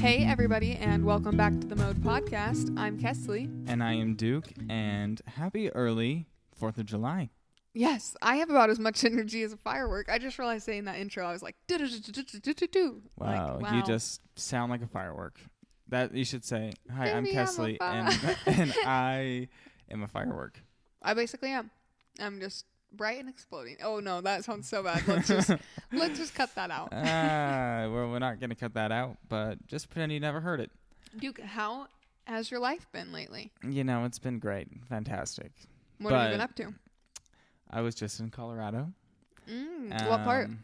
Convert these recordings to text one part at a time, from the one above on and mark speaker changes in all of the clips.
Speaker 1: Hey, everybody, and welcome back to the Mode Podcast. I'm Kesley.
Speaker 2: And I am Duke, and happy early 4th of July.
Speaker 1: Yes, I have about as much energy as a firework. I just realized saying that intro, I was like, "Do-do-do-do-do-do-do-do." Like,
Speaker 2: Wow, you just sound like a firework. That you should say, Hi, I'm
Speaker 1: Maybe I'm a
Speaker 2: Kesley, and,
Speaker 1: fi-
Speaker 2: and I am a firework.
Speaker 1: I basically am. I'm just bright and exploding. Oh no, that sounds so bad. Let's just let's just cut that out.
Speaker 2: Ah, well, we're not going to cut that out, but just pretend you never heard it.
Speaker 1: Duke, how has your life been lately?
Speaker 2: You know, it's been great. Fantastic.
Speaker 1: What have you been
Speaker 2: But-
Speaker 1: up to?
Speaker 2: I was just in Colorado.
Speaker 1: Mm, what part?
Speaker 2: Um,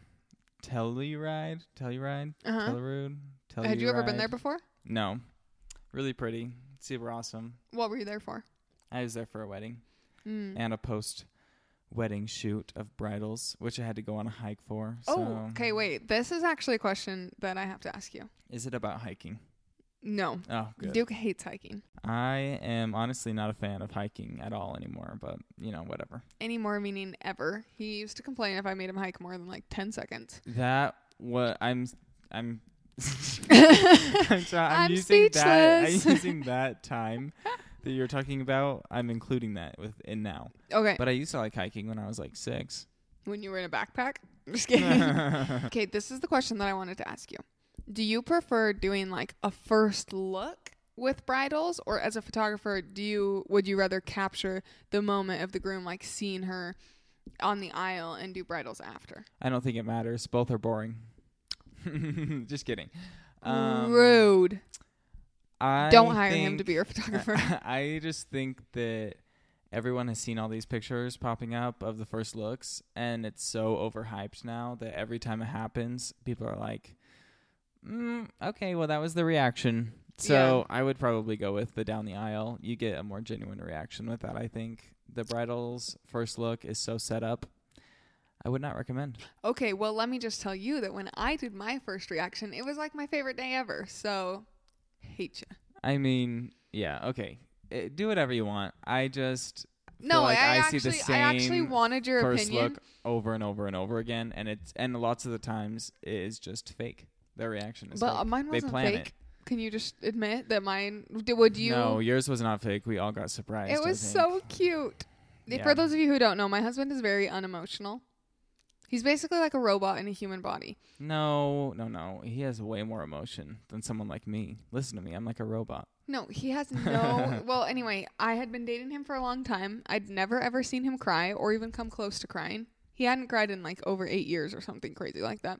Speaker 2: Telluride. Telluride.
Speaker 1: Uh-huh.
Speaker 2: Telluride. Telluride.
Speaker 1: Had you ever been there before?
Speaker 2: No. Really pretty. Super awesome.
Speaker 1: What were you there for?
Speaker 2: I was there for a wedding.
Speaker 1: Mm.
Speaker 2: and a post wedding shoot of bridals, which I had to go on a hike for.
Speaker 1: Oh,
Speaker 2: so-
Speaker 1: okay. Wait, this is actually a question that I have to ask you.
Speaker 2: Is it about hiking?
Speaker 1: No,
Speaker 2: Oh, good.
Speaker 1: Duke hates hiking.
Speaker 2: I am honestly not a fan of hiking at all anymore, but you know, whatever.
Speaker 1: Any more meaning ever. He used to complain if I made him hike more than like 10 seconds.
Speaker 2: That what I'm I'm I'm, try- I'm
Speaker 1: I'm
Speaker 2: using that I'm
Speaker 1: speechless.
Speaker 2: using that time that you're talking about. I'm including that within now.
Speaker 1: Okay.
Speaker 2: But I used to like hiking when I was like six.
Speaker 1: when you were in a backpack? Just kidding.
Speaker 2: I
Speaker 1: okay, this is the question that I wanted to ask you. Do you prefer doing like a first look with bridals or as a photographer, do you would you rather capture the moment of the groom like seeing her on the aisle and do bridals after?
Speaker 2: don't think it matters. Both are boring. Just kidding. Um,
Speaker 1: Rude.
Speaker 2: I
Speaker 1: Don't hire him to be your
Speaker 2: think-
Speaker 1: photographer.
Speaker 2: I just think that everyone has seen all these pictures popping up of the first looks, and it's so overhyped now that every time it happens, people are like, mm, "Okay, well, that was the reaction." So I would probably go with the down the aisle. You get a more genuine reaction with that. I think the bridal's first look is so set up. I would not recommend.
Speaker 1: Okay, well, let me just tell you that when I did my first reaction, it was like my favorite day ever. So, hate you.
Speaker 2: I mean, yeah, okay, Eh, do whatever you want. I just feel
Speaker 1: No,
Speaker 2: like
Speaker 1: I,
Speaker 2: I
Speaker 1: actually,
Speaker 2: see the
Speaker 1: I actually
Speaker 2: same
Speaker 1: wanted your
Speaker 2: first
Speaker 1: opinion.
Speaker 2: look over and over and over again, and it's and lots of the times it is just fake. Their reaction is
Speaker 1: But um,
Speaker 2: fake.
Speaker 1: mine
Speaker 2: they
Speaker 1: wasn't
Speaker 2: plan
Speaker 1: fake.
Speaker 2: it.
Speaker 1: Can you just admit that mine? d- Would you?
Speaker 2: no, yours was not fake. We all got surprised.
Speaker 1: it
Speaker 2: I
Speaker 1: was
Speaker 2: think.
Speaker 1: so cute.
Speaker 2: Yeah.
Speaker 1: For those of you who don't know, my husband is very unemotional. He's basically like a robot in a human body.
Speaker 2: No, no, no. He has way more emotion than someone like me. Listen to me. I'm like a robot.
Speaker 1: No, he has no. well, anyway, I had been dating him for a long time. I'd never ever seen him cry or even come close to crying. He hadn't cried in like over eight years or something crazy like that.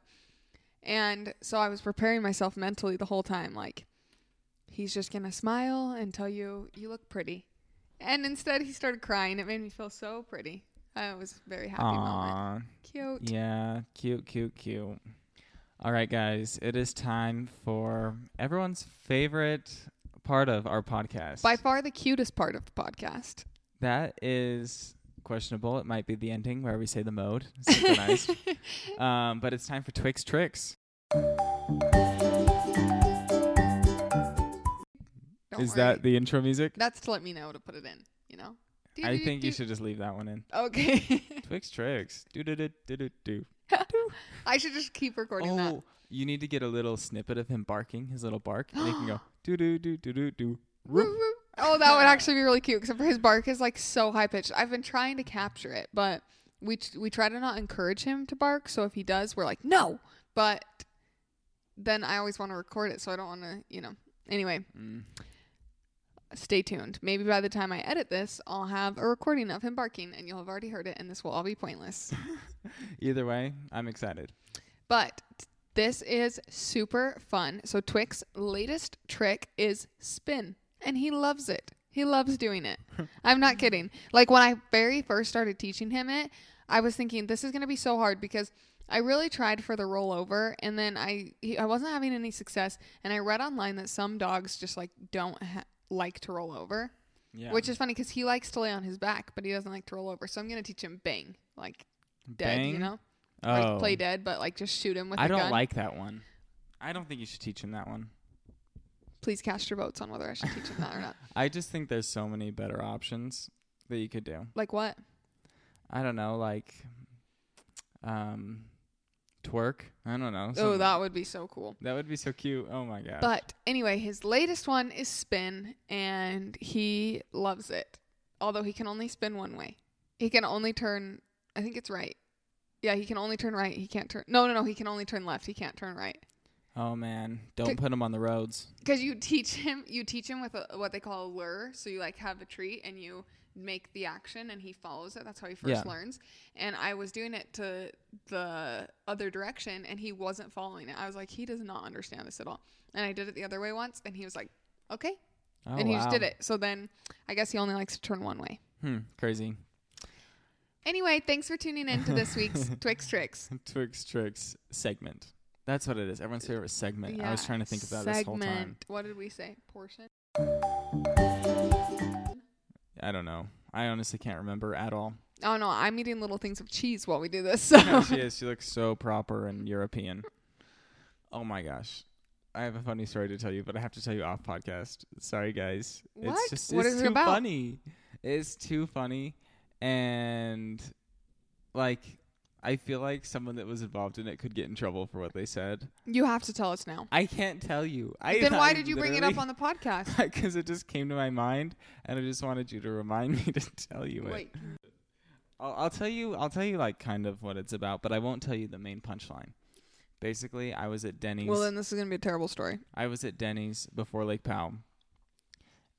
Speaker 1: And so I was preparing myself mentally the whole time, like, he's just going to smile and tell you, you look pretty. And instead, he started crying. It made me feel so pretty. I was a very happy moment.
Speaker 2: Aw,
Speaker 1: Cute.
Speaker 2: yeah, cute, cute, cute. All right, guys. It is time for everyone's favorite part of our podcast.
Speaker 1: By far the cutest part of the podcast.
Speaker 2: That is questionable. It might be the ending where we say the mode synchronized. um, but it's time for Twix Tricks.
Speaker 1: Don't
Speaker 2: is
Speaker 1: worry.
Speaker 2: that the intro music?
Speaker 1: That's to let me know to put it in, you know?
Speaker 2: I think
Speaker 1: Do-do-do-do.
Speaker 2: you should just leave that one in.
Speaker 1: Okay.
Speaker 2: Twix Tricks. Do do do do do do.
Speaker 1: I should just keep recording that.
Speaker 2: Oh, you need to get a little snippet of him barking, his little bark, and you can go do do do do do do.
Speaker 1: Woo, woo. Oh, that would actually be really cute. Except for his bark is like so high pitched. I've been trying to capture it, but we we try to not encourage him to bark. So if he does, we're like no. But then I always want to record it, so I don't want to, you know. Anyway,
Speaker 2: Mm.
Speaker 1: stay tuned. Maybe by the time I edit this, I'll have a recording of him barking, and you'll have already heard it, and this will all be pointless.
Speaker 2: Either way, I'm excited.
Speaker 1: But this is super fun. So Twix's latest trick is spin, and he loves it. He loves doing it. I'm not kidding. Like when I very first started teaching him it, I was thinking this is going to be so hard because I really tried for the rollover and then I he, I wasn't having any success and I read online that some dogs just like don't ha- like to roll over,
Speaker 2: Yeah.
Speaker 1: which is funny cuz he likes to lay on his back, but he doesn't like to roll over. So I'm going to teach him bang, like dead, you
Speaker 2: Bang?
Speaker 1: know?
Speaker 2: oh,
Speaker 1: like play dead, but like just shoot him with.
Speaker 2: I
Speaker 1: a
Speaker 2: don't
Speaker 1: gun.
Speaker 2: like that one. I don't think you should teach him that one.
Speaker 1: Please cast your votes on whether I should teach him that or not.
Speaker 2: I just think there's so many better options that you could do.
Speaker 1: Like what?
Speaker 2: I don't know, like um twerk. I don't know.
Speaker 1: Oh,
Speaker 2: something.
Speaker 1: that would be so cool.
Speaker 2: that would be so cute. Oh my god.
Speaker 1: But anyway, his latest one is spin, and he loves it. Although he can only spin one way, he can only turn. I think it's right. Yeah, he can only turn right. He can't turn. No, no, no. He can only turn left. He can't turn right.
Speaker 2: oh man,
Speaker 1: Could-
Speaker 2: don't put him on the roads.
Speaker 1: Because you teach him, you teach him with a, what they call a lure. So you like have a treat and you make the action and he follows it. That's how he first
Speaker 2: Yeah.
Speaker 1: learns. And I was doing it to the other direction and he wasn't following it. I was like, he does not understand this at all. And I did it the other way once and he was like, okay.
Speaker 2: Oh,
Speaker 1: and he just
Speaker 2: wow.
Speaker 1: did it. So then I guess he only likes to turn one way.
Speaker 2: Hmm, crazy.
Speaker 1: Anyway, thanks for tuning in to this week's Twix Tricks.
Speaker 2: Twix tricks segment. That's what it is. Everyone's favorite segment. I was
Speaker 1: Yeah,
Speaker 2: trying to think of that
Speaker 1: segment.
Speaker 2: this whole time.
Speaker 1: What did we say? Portion?
Speaker 2: I don't know. I honestly can't remember at all.
Speaker 1: Oh no, I'm eating little things of cheese while we do this. So
Speaker 2: Yeah, she is. She looks so proper and European. Oh my gosh. I have a funny story to tell you, but I have to tell you off podcast. Sorry guys.
Speaker 1: What?
Speaker 2: It's just
Speaker 1: What
Speaker 2: it's
Speaker 1: is it
Speaker 2: too
Speaker 1: about?
Speaker 2: funny. It's too funny. And like I feel like someone that was involved in it could get in trouble for what they said.
Speaker 1: you have to tell us now.
Speaker 2: I can't tell you. I
Speaker 1: then why
Speaker 2: I
Speaker 1: did you bring it up on
Speaker 2: literally-
Speaker 1: the podcast?
Speaker 2: because it just came to my mind and I just wanted you to remind me to tell you it.
Speaker 1: Wait,
Speaker 2: I'll, I'll tell you. I'll tell you like kind of what it's about, but I won't tell you the main punchline. Basically, I was at Denny's.
Speaker 1: well then this is gonna be a terrible story.
Speaker 2: I was at Denny's before Lake Powell,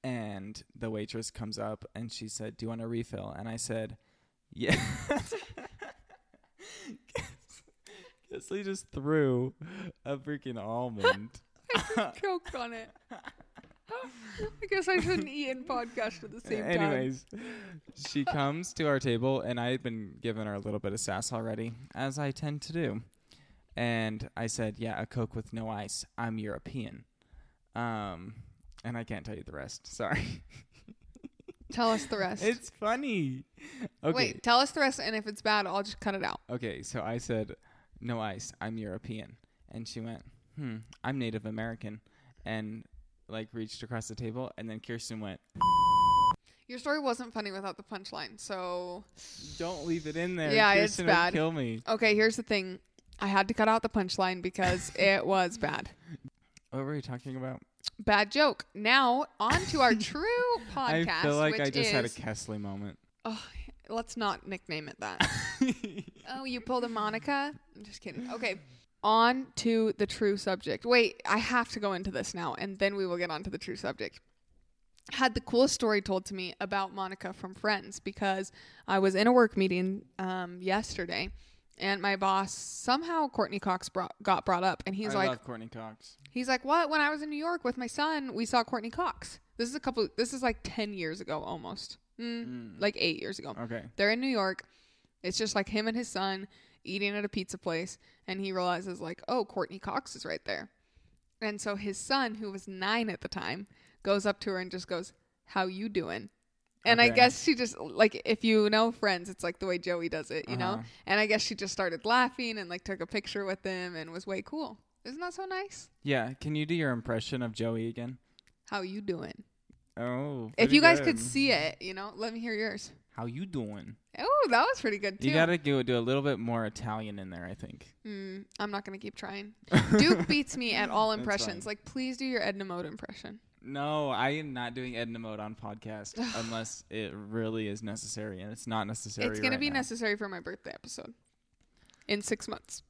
Speaker 2: and the waitress comes up and she said, "Do you want a refill?" And I said, "Yeah." Kesley just threw a freaking almond.
Speaker 1: Choked on it. I guess I shouldn't eat and podcast at the same time.
Speaker 2: Anyways, she comes to our table, and I had been giving her a little bit of sass already, as I tend to do. And I said, "Yeah, a Coke with no ice. I'm European." Um, and I can't tell you the rest. Sorry,
Speaker 1: Tell us the rest.
Speaker 2: it's funny. Okay,
Speaker 1: Wait, tell us the rest, and if it's bad, I'll just cut it out.
Speaker 2: okay. So I said, "No ice. I'm European," and she went, "Hmm, I'm Native American," and like reached across the table, and then Kirsten went,
Speaker 1: Your story wasn't funny without the punchline, so
Speaker 2: "Don't leave it in there.
Speaker 1: Yeah, it's
Speaker 2: Kirsten
Speaker 1: bad.
Speaker 2: Would kill me."
Speaker 1: okay. Here's the thing: I had to cut out the punchline because it was bad.
Speaker 2: What were we talking about?
Speaker 1: Bad joke. Now on to our true podcast.
Speaker 2: I feel like
Speaker 1: which
Speaker 2: I just
Speaker 1: is,
Speaker 2: had a Kesley moment.
Speaker 1: Oh, let's not nickname it that. Oh, you pulled a Monica? I'm just kidding. Okay. On to the true subject. Wait, I have to go into this now, and then we will get on to the true subject. Had the coolest story told to me about Monica from Friends because I was in a work meeting um, yesterday, and my boss somehow Courtney Cox brought, got brought up, and he's
Speaker 2: I
Speaker 1: like,
Speaker 2: love Courtney Cox.
Speaker 1: He's like, "What? When I was in New York with my son, we saw Courtney Cox. This is a couple. This is like ten years ago, almost. Mm, Like eight years ago.
Speaker 2: Okay.
Speaker 1: They're in New York. It's just like him and his son eating at a pizza place, and he realizes like, oh, Courtney Cox is right there. And so his son, who was nine at the time, goes up to her and just goes, "How you doing?" And I
Speaker 2: Okay.
Speaker 1: guess she just like if you know Friends, it's like the way Joey does it, you know.
Speaker 2: Uh-huh.
Speaker 1: And I guess she just started laughing and like took a picture with him and was way cool. Isn't that so nice?
Speaker 2: Yeah. Can you do your impression of Joey again?
Speaker 1: How you doing?
Speaker 2: Oh.
Speaker 1: If
Speaker 2: pretty
Speaker 1: you guys could
Speaker 2: good.
Speaker 1: see it, you know, let me hear yours.
Speaker 2: How you doing?
Speaker 1: Oh, that was pretty good too.
Speaker 2: You gotta do, do a little bit more Italian in there, I think.
Speaker 1: Mm, I'm not gonna keep trying. Duke beats me at all
Speaker 2: That's
Speaker 1: impressions.
Speaker 2: fine.
Speaker 1: Like, please do your Edna Mode impression.
Speaker 2: No, I am not doing Edna mode on podcast unless it really is necessary, and it's not necessary.
Speaker 1: it's gonna
Speaker 2: right
Speaker 1: be
Speaker 2: now.
Speaker 1: necessary for my birthday episode in six months.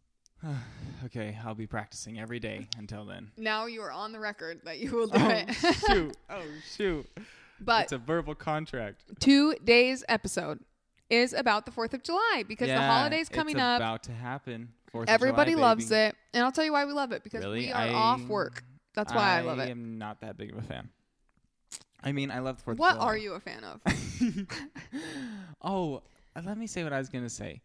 Speaker 2: Okay, I'll be practicing every day until then.
Speaker 1: Now you are on the record that you will do
Speaker 2: Oh
Speaker 1: it.
Speaker 2: shoot! Oh shoot!
Speaker 1: but
Speaker 2: it's a verbal contract
Speaker 1: today's episode is about the Fourth of July because the
Speaker 2: Yeah,
Speaker 1: holiday's coming
Speaker 2: it's
Speaker 1: up.
Speaker 2: About to happen. 4th of July,
Speaker 1: Everybody loves
Speaker 2: baby.
Speaker 1: it, and I'll tell you why we love it because
Speaker 2: Really?
Speaker 1: we are
Speaker 2: I-
Speaker 1: off work. That's why I, love
Speaker 2: I
Speaker 1: it.
Speaker 2: am not that big of a fan. I mean, I love the Fourth. of
Speaker 1: What
Speaker 2: July.
Speaker 1: are you a fan of?
Speaker 2: oh, uh, let me say what I was gonna say.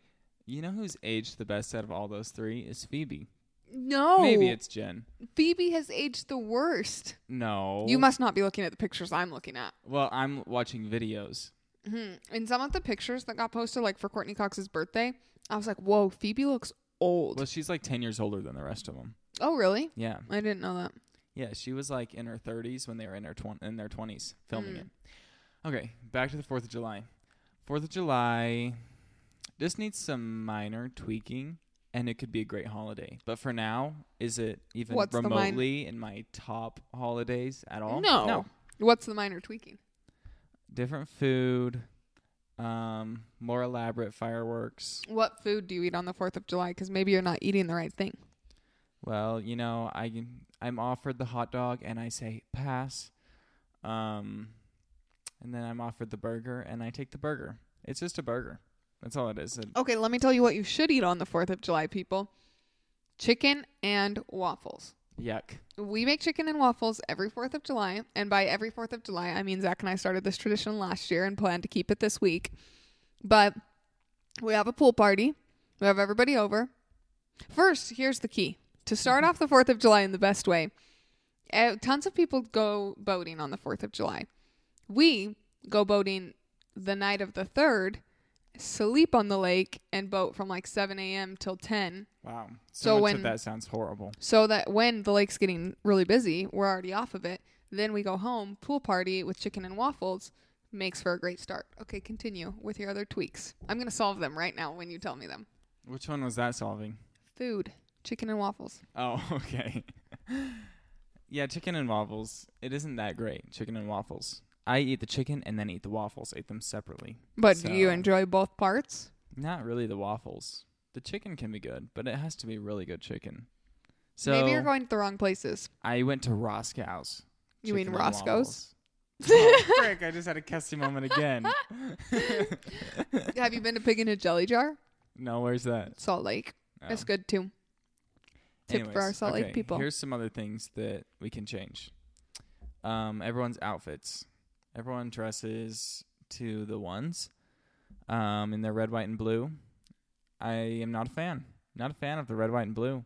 Speaker 2: You know who's aged the best out of all those three is Phoebe.
Speaker 1: No,
Speaker 2: Maybe it's Jen.
Speaker 1: Phoebe has aged the worst.
Speaker 2: No,
Speaker 1: You must not be looking at the pictures I'm looking at.
Speaker 2: Well, I'm watching videos.
Speaker 1: Mhm. In some of the pictures that got posted, like for Courtney Cox's birthday, I was like, "Whoa, Phoebe looks old."
Speaker 2: Well, she's like ten years older than the rest of them.
Speaker 1: oh, really?
Speaker 2: Yeah,
Speaker 1: I didn't know that.
Speaker 2: yeah. She was like in her 30s when they were in her twen- in their 20s filming
Speaker 1: Mm.
Speaker 2: it. Okay, back to the Fourth of July. Fourth of July. This needs some minor tweaking. and it could be a great holiday. But for now, is it even
Speaker 1: What's the min-
Speaker 2: remotely in my top holidays at all?
Speaker 1: No.
Speaker 2: No.
Speaker 1: What's the minor tweaking?
Speaker 2: Different food, um, more elaborate fireworks.
Speaker 1: What food do you eat on the 4th of July? Because maybe you're not eating the right thing.
Speaker 2: Well, you know, I I'm offered the hot dog and I say pass. Um and then I'm offered the burger and I take the burger. It's just a burger. That's all it is. It-
Speaker 1: Okay, let me tell you what you should eat on the 4th of July, people chicken and waffles.
Speaker 2: yuck.
Speaker 1: We make chicken and waffles every 4th of July. And by every 4th of July, I mean Zach and I started this tradition last year and plan to keep it this week. But we have a pool party, we have everybody over. First, here's the key to start off the 4th of July in the best way. Uh, tons of people go boating on the 4th of July. We go boating the night of the 3rd, sleep on the lake, and boat from like 7 a.m. till 10
Speaker 2: Wow.
Speaker 1: So
Speaker 2: So, much
Speaker 1: when-
Speaker 2: of that sounds horrible.
Speaker 1: so that when the lake's getting really busy, we're already off of it. Then we go home, pool party with chicken and waffles makes for a great start. Okay, continue with your other tweaks. I'm going to solve them right now when you tell me them.
Speaker 2: Which one was that solving?
Speaker 1: Food, chicken and waffles.
Speaker 2: Oh, okay. yeah, chicken and waffles. It isn't that great, chicken and waffles. I eat the chicken and then eat the waffles, ate them separately.
Speaker 1: But do you
Speaker 2: So-
Speaker 1: enjoy both parts?
Speaker 2: Not really the waffles. The chicken can be good, but it has to be really good chicken. So
Speaker 1: Maybe you're going to the wrong places.
Speaker 2: I went to Roscow's.
Speaker 1: You mean
Speaker 2: Chicken and
Speaker 1: Roscoe's?
Speaker 2: waffles. oh, frick, I just had a Kesty moment again.
Speaker 1: Have you been to Pig in a Jelly Jar?
Speaker 2: no, where's that?
Speaker 1: Salt Lake.
Speaker 2: Oh.
Speaker 1: It's good too. Tip for our Salt Lake
Speaker 2: okay,
Speaker 1: people.
Speaker 2: Here's some other things that we can change. Um, everyone's outfits. Everyone dresses to the ones um, in their red, white, and blue. I am not a fan. Not a fan of the red, white, and blue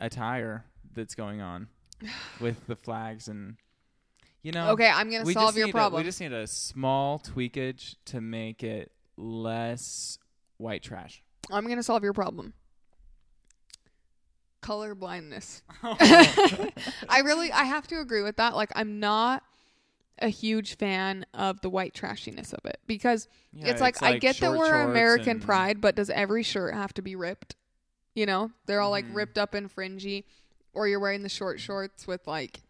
Speaker 2: attire that's going on with the flags and you know.
Speaker 1: okay, I'm going to
Speaker 2: we
Speaker 1: solve
Speaker 2: just
Speaker 1: your
Speaker 2: need a-
Speaker 1: problem.
Speaker 2: we just need a small tweakage to make it less white trash.
Speaker 1: I'm going to solve your problem. Color blindness. I really I have to agree with that. Like I'm not a huge fan of the white trashiness of it because
Speaker 2: Yeah,
Speaker 1: it's, like, I get that
Speaker 2: short
Speaker 1: we're
Speaker 2: shorts
Speaker 1: American
Speaker 2: and-
Speaker 1: pride, but does every shirt have to be ripped? You know, they're all like
Speaker 2: Mhm.
Speaker 1: ripped up and fringy, or you're wearing the short shorts with like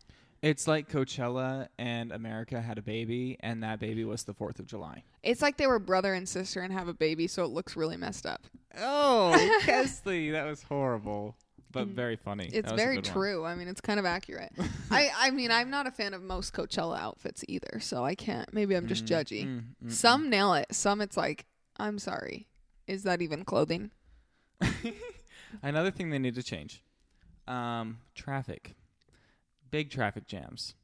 Speaker 2: It's like Coachella and America had a baby, and that baby was the 4th of July.
Speaker 1: it's like they were brother and sister and have a baby, so it looks really messed up.
Speaker 2: Oh, Kesley, that was horrible, but very funny.
Speaker 1: Mm. It's
Speaker 2: That was a
Speaker 1: very
Speaker 2: good one.
Speaker 1: true. I mean, it's kind of accurate. I I mean, I'm not a fan of most Coachella outfits either, so I can't. Maybe I'm just judgy.
Speaker 2: Mm, mm.
Speaker 1: Some nail it. Some it's like, I'm sorry. Is that even clothing?
Speaker 2: Another thing they need to change um, traffic. Big traffic jams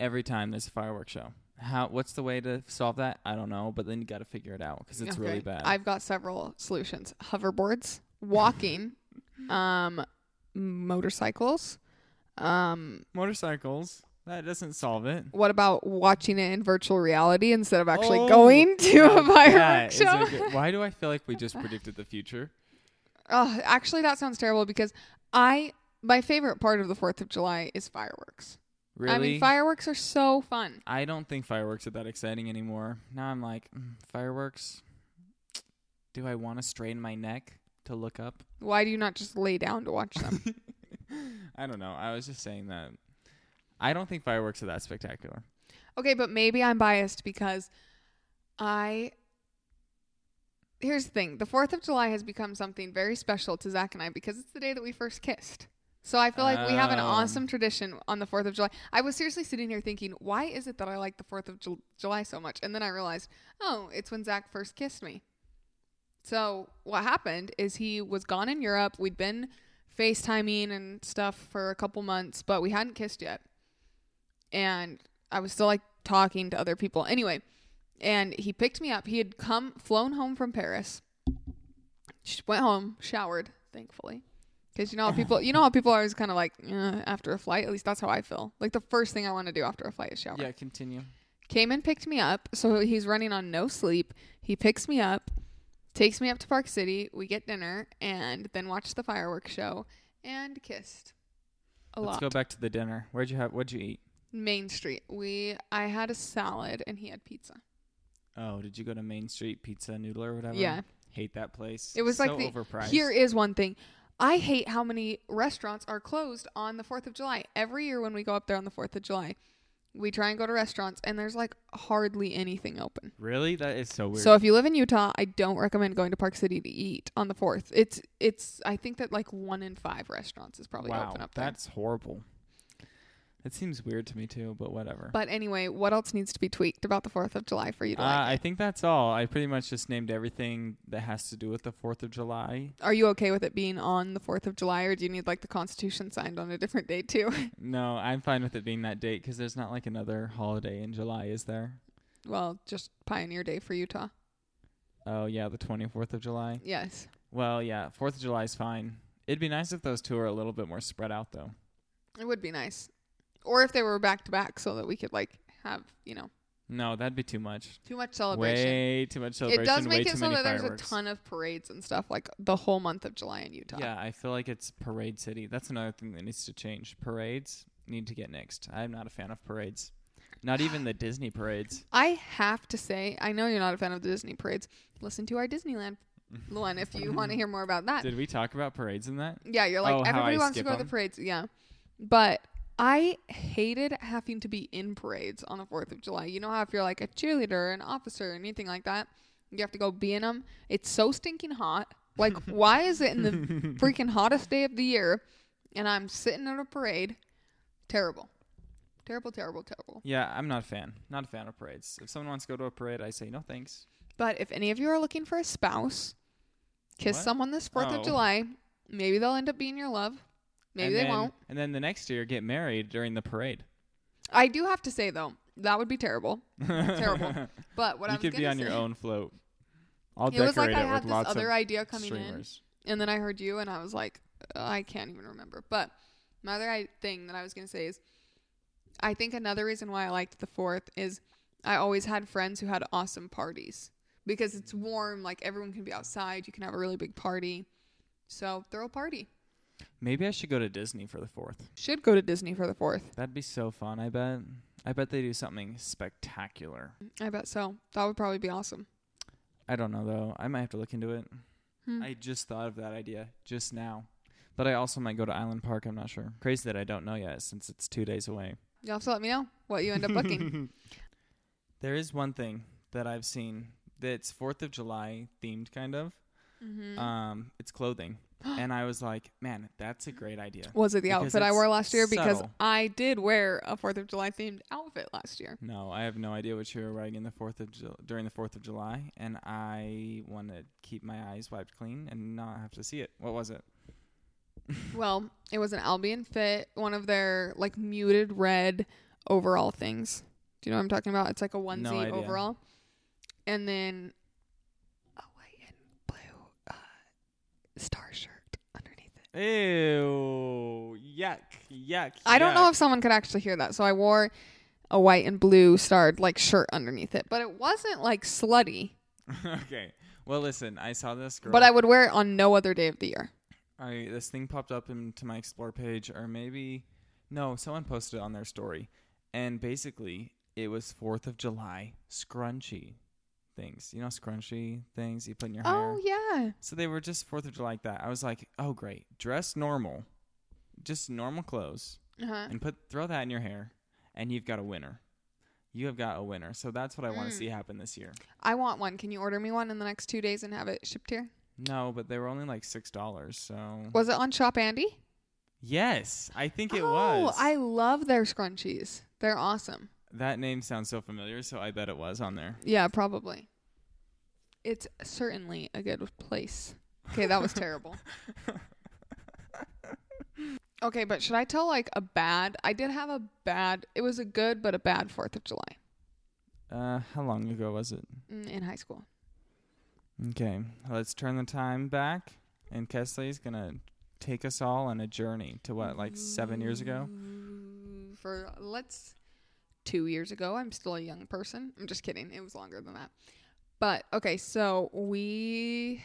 Speaker 2: every time there's a fireworks show. How? What's the way to solve that? I don't know, but then you got to figure it out because it's really
Speaker 1: Okay.
Speaker 2: bad.
Speaker 1: I've got several solutions: hoverboards, walking, um, motorcycles. Um,
Speaker 2: Motorcycles. That doesn't solve it.
Speaker 1: what about watching it in virtual reality instead of actually
Speaker 2: Oh,
Speaker 1: going to a
Speaker 2: Now that
Speaker 1: fireworks
Speaker 2: is
Speaker 1: show?
Speaker 2: a good- why do I feel like we just predicted the future?
Speaker 1: Ugh, actually, that sounds terrible because I my favorite part of the Fourth of July is fireworks.
Speaker 2: Really?
Speaker 1: I mean, fireworks are so fun.
Speaker 2: I don't think fireworks are that exciting anymore. Now I'm like, mm, fireworks. Do I want to strain my neck to look up?
Speaker 1: Why do you not just lay down to watch them?
Speaker 2: I don't know. I was just saying that. I don't think fireworks are that spectacular.
Speaker 1: Okay, but maybe I'm biased because I. Here's the thing the 4th of July has become something very special to Zach and I because it's the day that we first kissed. So I feel like we have an
Speaker 2: Oh.
Speaker 1: awesome tradition on the 4th of July. I was seriously sitting here thinking, why is it that I like the 4th of Ju- July so much? And then I realized, oh, it's when Zach first kissed me. So what happened is he was gone in Europe. We'd been FaceTiming and stuff for a couple months, but we hadn't kissed yet. And I was still like talking to other people. Anyway, and he picked me up. He had come flown home from Paris. Sh- Went home, showered, thankfully. Cuz you know how
Speaker 2: Uh-huh.
Speaker 1: people, you know how people are always kind of like eh, after a flight, at least that's how I feel. Like the first thing I want to do after a flight is shower
Speaker 2: Yeah, continue.
Speaker 1: came and picked me up. So he's running on no sleep. He picks me up, takes me up to Park City. We get dinner and then watch the fireworks show and kissed a
Speaker 2: Let's
Speaker 1: lot.
Speaker 2: go back to the dinner. Where'd you have? What'd you eat?
Speaker 1: Main Street. We I had a salad and he had pizza.
Speaker 2: Oh, did you go to Main Street Pizza Noodler or whatever?
Speaker 1: Yeah.
Speaker 2: Hate that place.
Speaker 1: It was
Speaker 2: so
Speaker 1: like the
Speaker 2: overpriced.
Speaker 1: Here is one thing. I hate how many restaurants are closed on the 4th of July. Every year when we go up there on the 4th of July, we try and go to restaurants and there's like hardly anything open.
Speaker 2: Really? That is so weird.
Speaker 1: So if you live in Utah, I don't recommend going to Park City to eat on the 4th. It's it's I think that like 1 in 5 restaurants is probably
Speaker 2: wow,
Speaker 1: open up there.
Speaker 2: that's horrible. That seems weird to me too, but whatever.
Speaker 1: But anyway, what else needs to be tweaked about the 4th of July for you to
Speaker 2: uh,
Speaker 1: like?
Speaker 2: I think that's all. I pretty much just named everything that has to do with the Fourth of July.
Speaker 1: Are you okay with it being on the 4th of July or do you need like the constitution signed on a different date too?
Speaker 2: No, I'm fine with it being that date because there's not like another holiday in July, is there?
Speaker 1: well, just Pioneer Day for Utah.
Speaker 2: Oh yeah, the 24th of July.
Speaker 1: Yes.
Speaker 2: Well, yeah, Fourth of July is fine. It'd be nice if those two are a little bit more spread out, though.
Speaker 1: It would be nice. Or if they were back to back so that we could like have, you know,
Speaker 2: No, that'd be too much.
Speaker 1: too much celebration.
Speaker 2: Way too much celebration.
Speaker 1: it does make
Speaker 2: way
Speaker 1: it
Speaker 2: too
Speaker 1: so
Speaker 2: many
Speaker 1: that there's a
Speaker 2: fireworks.
Speaker 1: ton of parades and stuff like the whole month of July in Utah.
Speaker 2: Yeah, I feel like it's parade city. That's another thing that needs to change. Parades need to get nixed. I'm not a fan of parades. Not even the Disney parades.
Speaker 1: I have to say, I know you're not a fan of the Disney parades. Listen to our Disneyland one if you want to hear more about that.
Speaker 2: Did we talk about parades in that?
Speaker 1: Yeah, you're like
Speaker 2: Oh, how
Speaker 1: everybody
Speaker 2: I
Speaker 1: wants to
Speaker 2: skip
Speaker 1: go to the
Speaker 2: them.
Speaker 1: parades. Yeah, but I hated having to be in parades on the Fourth of July. You know how if you're like a cheerleader, an officer, or anything like that, you have to go be in them. It's so stinking hot. Like, why is it in the freaking hottest day of the year, and I'm sitting at a parade? Terrible, terrible, terrible, terrible.
Speaker 2: Yeah, I'm not a fan. Not a fan of parades. If someone wants to go to a parade, I say no thanks.
Speaker 1: But if any of you are looking for a spouse, kiss
Speaker 2: What?
Speaker 1: someone this Fourth
Speaker 2: Oh.
Speaker 1: of July. Maybe they'll end up being your love. Maybe
Speaker 2: and
Speaker 1: they
Speaker 2: then,
Speaker 1: won't.
Speaker 2: And then the next year, get married during the parade.
Speaker 1: I do have to say though, that would be terrible. Terrible. But what
Speaker 2: you
Speaker 1: I was
Speaker 2: could be
Speaker 1: gonna
Speaker 2: on your
Speaker 1: say-
Speaker 2: own float. I'll
Speaker 1: It was like
Speaker 2: decorate
Speaker 1: I
Speaker 2: it
Speaker 1: had
Speaker 2: with
Speaker 1: this
Speaker 2: lots
Speaker 1: other
Speaker 2: of
Speaker 1: idea coming
Speaker 2: streamers.
Speaker 1: in, and then I heard you, and I was like, uh, I can't even remember. But my other I- thing that I was gonna say is, I think another reason why I liked the fourth is I always had friends who had awesome parties because it's warm, like everyone can be outside, you can have a really big party. So throw a party.
Speaker 2: Maybe I should go to Disney for the fourth.
Speaker 1: Should go to Disney for the fourth.
Speaker 2: That'd be so fun. I bet. I bet they do something spectacular.
Speaker 1: I bet so. That would probably be awesome.
Speaker 2: I don't know though. I might have to look into it.
Speaker 1: Hmm.
Speaker 2: I just thought of that idea just now. But I also might go to Island Park, I'm not sure. Crazy that I don't know yet since it's 2 days away.
Speaker 1: You'll have to let me know what you end up booking.
Speaker 2: There is one thing that I've seen that's 4th of July themed kind of.
Speaker 1: mm-hmm.
Speaker 2: Um it's clothing. and I was like, "Man, that's a great idea."
Speaker 1: was it the
Speaker 2: Because
Speaker 1: outfit I
Speaker 2: it's
Speaker 1: wore last year? Because
Speaker 2: subtle.
Speaker 1: I did wear a Fourth of July themed outfit last year.
Speaker 2: No, I have no idea what you were wearing in the 4th of Ju- during the 4th of July, and I want to keep my eyes wiped clean and not have to see it. What was it?
Speaker 1: Well, it was an Albion fit, one of their like muted red overall things. Do you know what I'm talking about? It's like a onesie
Speaker 2: idea.
Speaker 1: overall, and then a white and blue uh, star shirt underneath it.
Speaker 2: Ew! Yuck! Yuck!
Speaker 1: I don't know if someone could actually hear that, so I wore a white and blue starred like shirt underneath it, but it wasn't like slutty.
Speaker 2: okay. Well, listen. I saw this girl.
Speaker 1: But I would wear it on no other day of the year.
Speaker 2: I this thing popped up into my explore page, or maybe no, someone posted it on their story, and basically it was Fourth of July scrunchy things. You know, scrunchy things you put in your hair.
Speaker 1: Oh yeah.
Speaker 2: So they were just Fourth of July like that. I was like, oh great, dress normal, just normal clothes,
Speaker 1: Uh-huh.
Speaker 2: and put throw that in your hair, and you've got a winner. You have got a winner. So that's what I want
Speaker 1: Mm.
Speaker 2: to see happen this year.
Speaker 1: I want one. Can you order me one in the next two days and have it shipped here?
Speaker 2: Mm-hmm. No, but they were only like six dollars. So
Speaker 1: Was it on Shop Andy?
Speaker 2: yes, I think it
Speaker 1: oh,
Speaker 2: was.
Speaker 1: I love their scrunchies. They're awesome.
Speaker 2: that name sounds so familiar, so I bet it was on there.
Speaker 1: Yeah, probably. It's certainly a good place. Okay, that was terrible. Okay, but should I tell like a bad? I did have a bad. It was a good but a bad 4th of July
Speaker 2: uh, how long ago was it?
Speaker 1: mm, in high school.
Speaker 2: Okay, let's turn the time back, and Kesley's gonna take us all on a journey to what, like seven years ago?
Speaker 1: Mm, For let's two years ago. I'm still a young person. I'm just kidding. It was longer than that. But okay, so we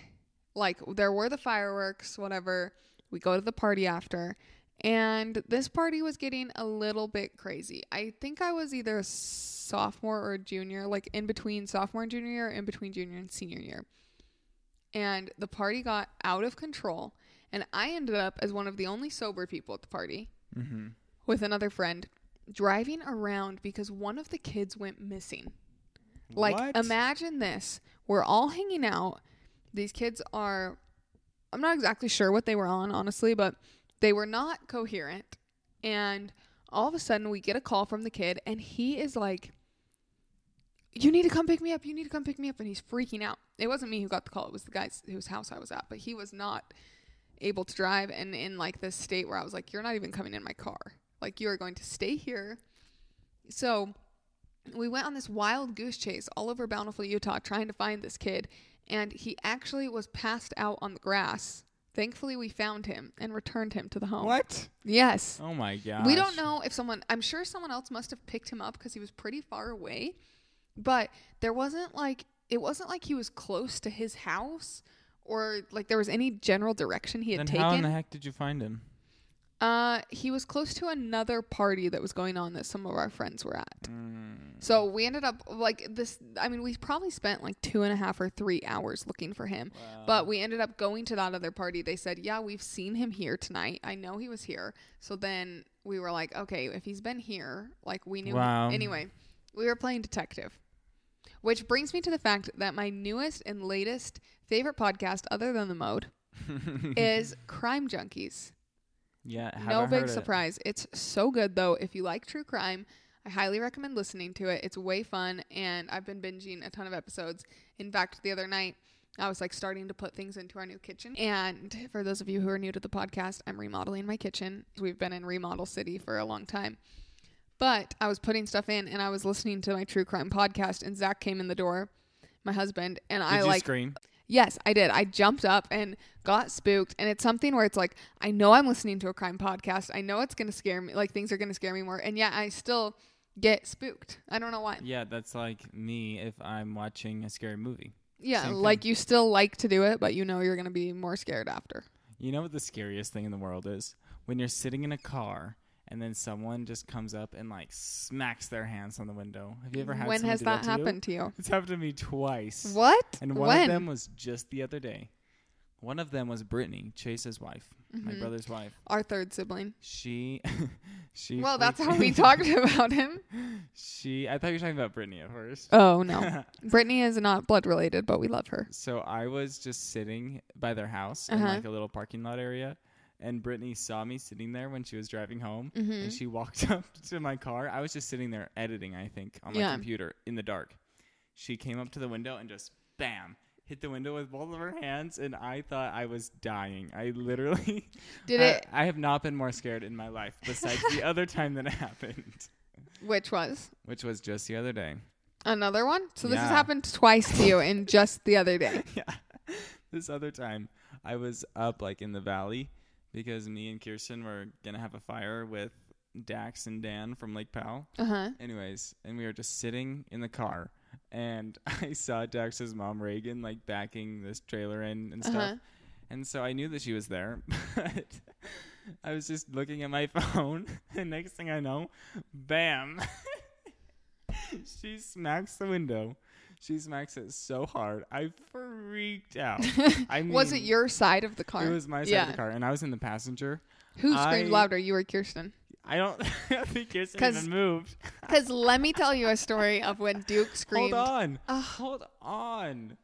Speaker 1: like there were the fireworks, whatever. We go to the party after, and this party was getting a little bit crazy. I think I was either a sophomore or a junior, like in between sophomore and junior year, in between junior and senior year. And the party got out of control, And I ended up as one of the only sober people at the party
Speaker 2: Mm-hmm.
Speaker 1: with another friend driving around because one of the kids went missing. Like, imagine this. We're all hanging out. These kids are, I'm not exactly sure what they were on, honestly, but they were not coherent. And all of a sudden, we get a call from the kid, and he is like, You need to come pick me up. You need to come pick me up. And he's freaking out. It wasn't me who got the call, it was the guy's whose house I was at, but he was not able to drive and in like this state where I was like, You're not even coming in my car. Like, you are going to stay here. So we went on this wild goose chase all over Bountiful, Utah, trying to find this kid. And he actually was passed out on the grass. Thankfully, we found him and returned him to the home.
Speaker 2: What?
Speaker 1: Yes.
Speaker 2: Oh my gosh.
Speaker 1: We don't know if someone, I'm sure someone else must have picked him up because he was pretty far away, but there wasn't like, it wasn't like he was close to his house or like there was any general direction he had
Speaker 2: Then
Speaker 1: taken.
Speaker 2: how in the heck did you find him?
Speaker 1: uh, he was close to another party that was going on that some of our friends were at.
Speaker 2: Mm,
Speaker 1: So we ended up like this. I mean, we probably spent like two and a half or three hours looking for him. But we ended up going to that other party. They said, Yeah, we've seen him here tonight. I know he was here. So then we were like, Okay, if he's been here, like we knew
Speaker 2: Wow.
Speaker 1: him. Anyway, we were playing detective. Which brings me to the fact that my newest and latest favorite podcast, other than The Mode, is Crime Junkies.
Speaker 2: yeah, haven't
Speaker 1: No big
Speaker 2: heard it.
Speaker 1: surprise. It's so good though. If you like true crime, I highly recommend listening to it. It's way fun and I've been binging a ton of episodes. In fact, the other night I was like starting to put things into our new kitchen. And for those of you who are new to the podcast, I'm remodeling my kitchen. We've been in remodel city for a long time. But I was putting stuff in and I was listening to my true crime podcast and Zach came in the door, my husband, and
Speaker 2: Did
Speaker 1: I
Speaker 2: you
Speaker 1: like
Speaker 2: scream?
Speaker 1: Yes, I did. I jumped up and got spooked. And it's something where it's like, I know I'm listening to a crime podcast. I know it's going to scare me. Like, things are going to scare me more. And yet I still get spooked. I don't know why.
Speaker 2: Yeah, that's like me if I'm watching a scary movie.
Speaker 1: Yeah.
Speaker 2: Same
Speaker 1: Like, you still like to do it, but you know you're going to be more scared after.
Speaker 2: You know what the scariest thing in the world is? When you're sitting in a car and then someone just comes up and like smacks their hands on the window. Have you ever had
Speaker 1: when
Speaker 2: someone
Speaker 1: has
Speaker 2: do
Speaker 1: that
Speaker 2: to you?
Speaker 1: happened to you?
Speaker 2: It's happened to me twice.
Speaker 1: What?
Speaker 2: And one
Speaker 1: when?
Speaker 2: of them was just the other day. One of them was Brittany, Chase's wife,
Speaker 1: Mm-hmm.
Speaker 2: my brother's wife.
Speaker 1: Our third sibling.
Speaker 2: She, she.
Speaker 1: Well, that's
Speaker 2: freaked-
Speaker 1: how we talked about him.
Speaker 2: She. I thought you were talking about Brittany at first.
Speaker 1: Oh, no. Brittany is not blood related, but we love her.
Speaker 2: So I was just sitting by their house in
Speaker 1: Uh-huh.
Speaker 2: like a little parking lot area, and Brittany saw me sitting there when she was driving home,
Speaker 1: Mm-hmm.
Speaker 2: and she walked up to my car. I was just sitting there editing, I think, on my
Speaker 1: Yeah.
Speaker 2: computer in the dark. She came up to the window and just bam. Hit the window with both of her hands, and I thought I was dying. I literally
Speaker 1: Did
Speaker 2: I,
Speaker 1: it,
Speaker 2: I have not been more scared in my life besides the other time that it happened, Uh,
Speaker 1: which was?
Speaker 2: which was just the other day.
Speaker 1: Another one? So this has
Speaker 2: Yeah.
Speaker 1: happened twice to you in just the other day.
Speaker 2: yeah. This other time, I was up like in the valley because me and Kirsten were gonna have a fire with Dax and Dan from Lake Powell.
Speaker 1: Uh huh.
Speaker 2: Anyways, and we were just sitting in the car, and I saw Dax's mom Reagan like backing this trailer in and stuff,
Speaker 1: Uh-huh.
Speaker 2: and so I knew that she was there, but I was just looking at my phone, and next thing I know, bam, she smacks the window. She smacks it so hard, I freaked out. I mean,
Speaker 1: was it your side of the car?
Speaker 2: It was my side of the car, and I was in the passenger.
Speaker 1: Who screamed
Speaker 2: I-
Speaker 1: louder, you or Kirsten?
Speaker 2: I don't I don't think Kirsten
Speaker 1: 'Cause
Speaker 2: even moved.
Speaker 1: Because let me tell you a story of when Duke screamed.
Speaker 2: Hold on. Hold on.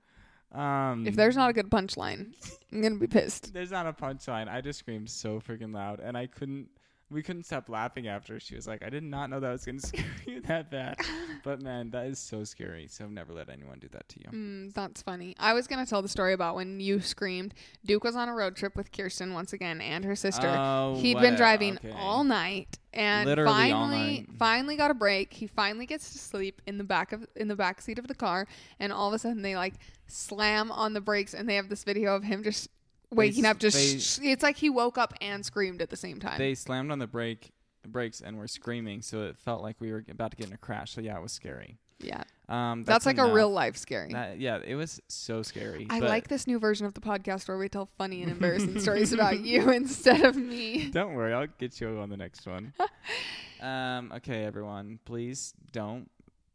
Speaker 2: Um,
Speaker 1: If there's not a good punchline, I'm gonna be pissed.
Speaker 2: there's not a punchline, I just screamed so freaking loud, and I couldn't. We couldn't stop laughing after. She was like, "I did not know that was gonna scare you that bad." But man, that is so scary. So never let anyone do that to you.
Speaker 1: Mm, that's funny. I was gonna tell the story about when you screamed. Duke was on a road trip with Kirsten once again and her sister.
Speaker 2: Oh,
Speaker 1: He'd
Speaker 2: what
Speaker 1: been
Speaker 2: a-
Speaker 1: driving
Speaker 2: okay.
Speaker 1: all night and
Speaker 2: Literally all
Speaker 1: finally
Speaker 2: night.
Speaker 1: finally got a break. He finally gets to sleep in the back of in the back seat of the car and all of a sudden they like slam on the brakes and they have this video of him just waking
Speaker 2: s-
Speaker 1: up just
Speaker 2: they-
Speaker 1: sh- it's like he woke up and screamed at the same time.
Speaker 2: They slammed on the brake brakes and were screaming, so it felt like we were about to get in a crash. So yeah, it was scary.
Speaker 1: yeah.
Speaker 2: Um,
Speaker 1: That's, like a
Speaker 2: enough.
Speaker 1: real life scary.
Speaker 2: That, yeah, it was so scary.
Speaker 1: I
Speaker 2: but
Speaker 1: like this new version of the podcast where we tell funny and embarrassing stories about you instead of me.
Speaker 2: Don't worry, I'll get you on the next one. um, okay, everyone, please don't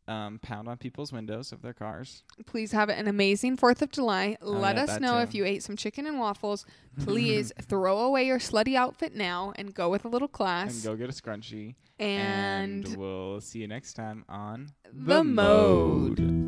Speaker 2: uh, um, pound on people's windows of their cars.
Speaker 1: Please have an amazing 4th of July. Let
Speaker 2: Oh, yeah,
Speaker 1: us
Speaker 2: that
Speaker 1: know
Speaker 2: too.
Speaker 1: if you ate some chicken and waffles. Please throw away your slutty outfit now and go with a little
Speaker 2: And
Speaker 1: class.
Speaker 2: go get a scrunchie.
Speaker 1: And,
Speaker 2: we'll see you next time on
Speaker 1: The Mode.
Speaker 2: Mode.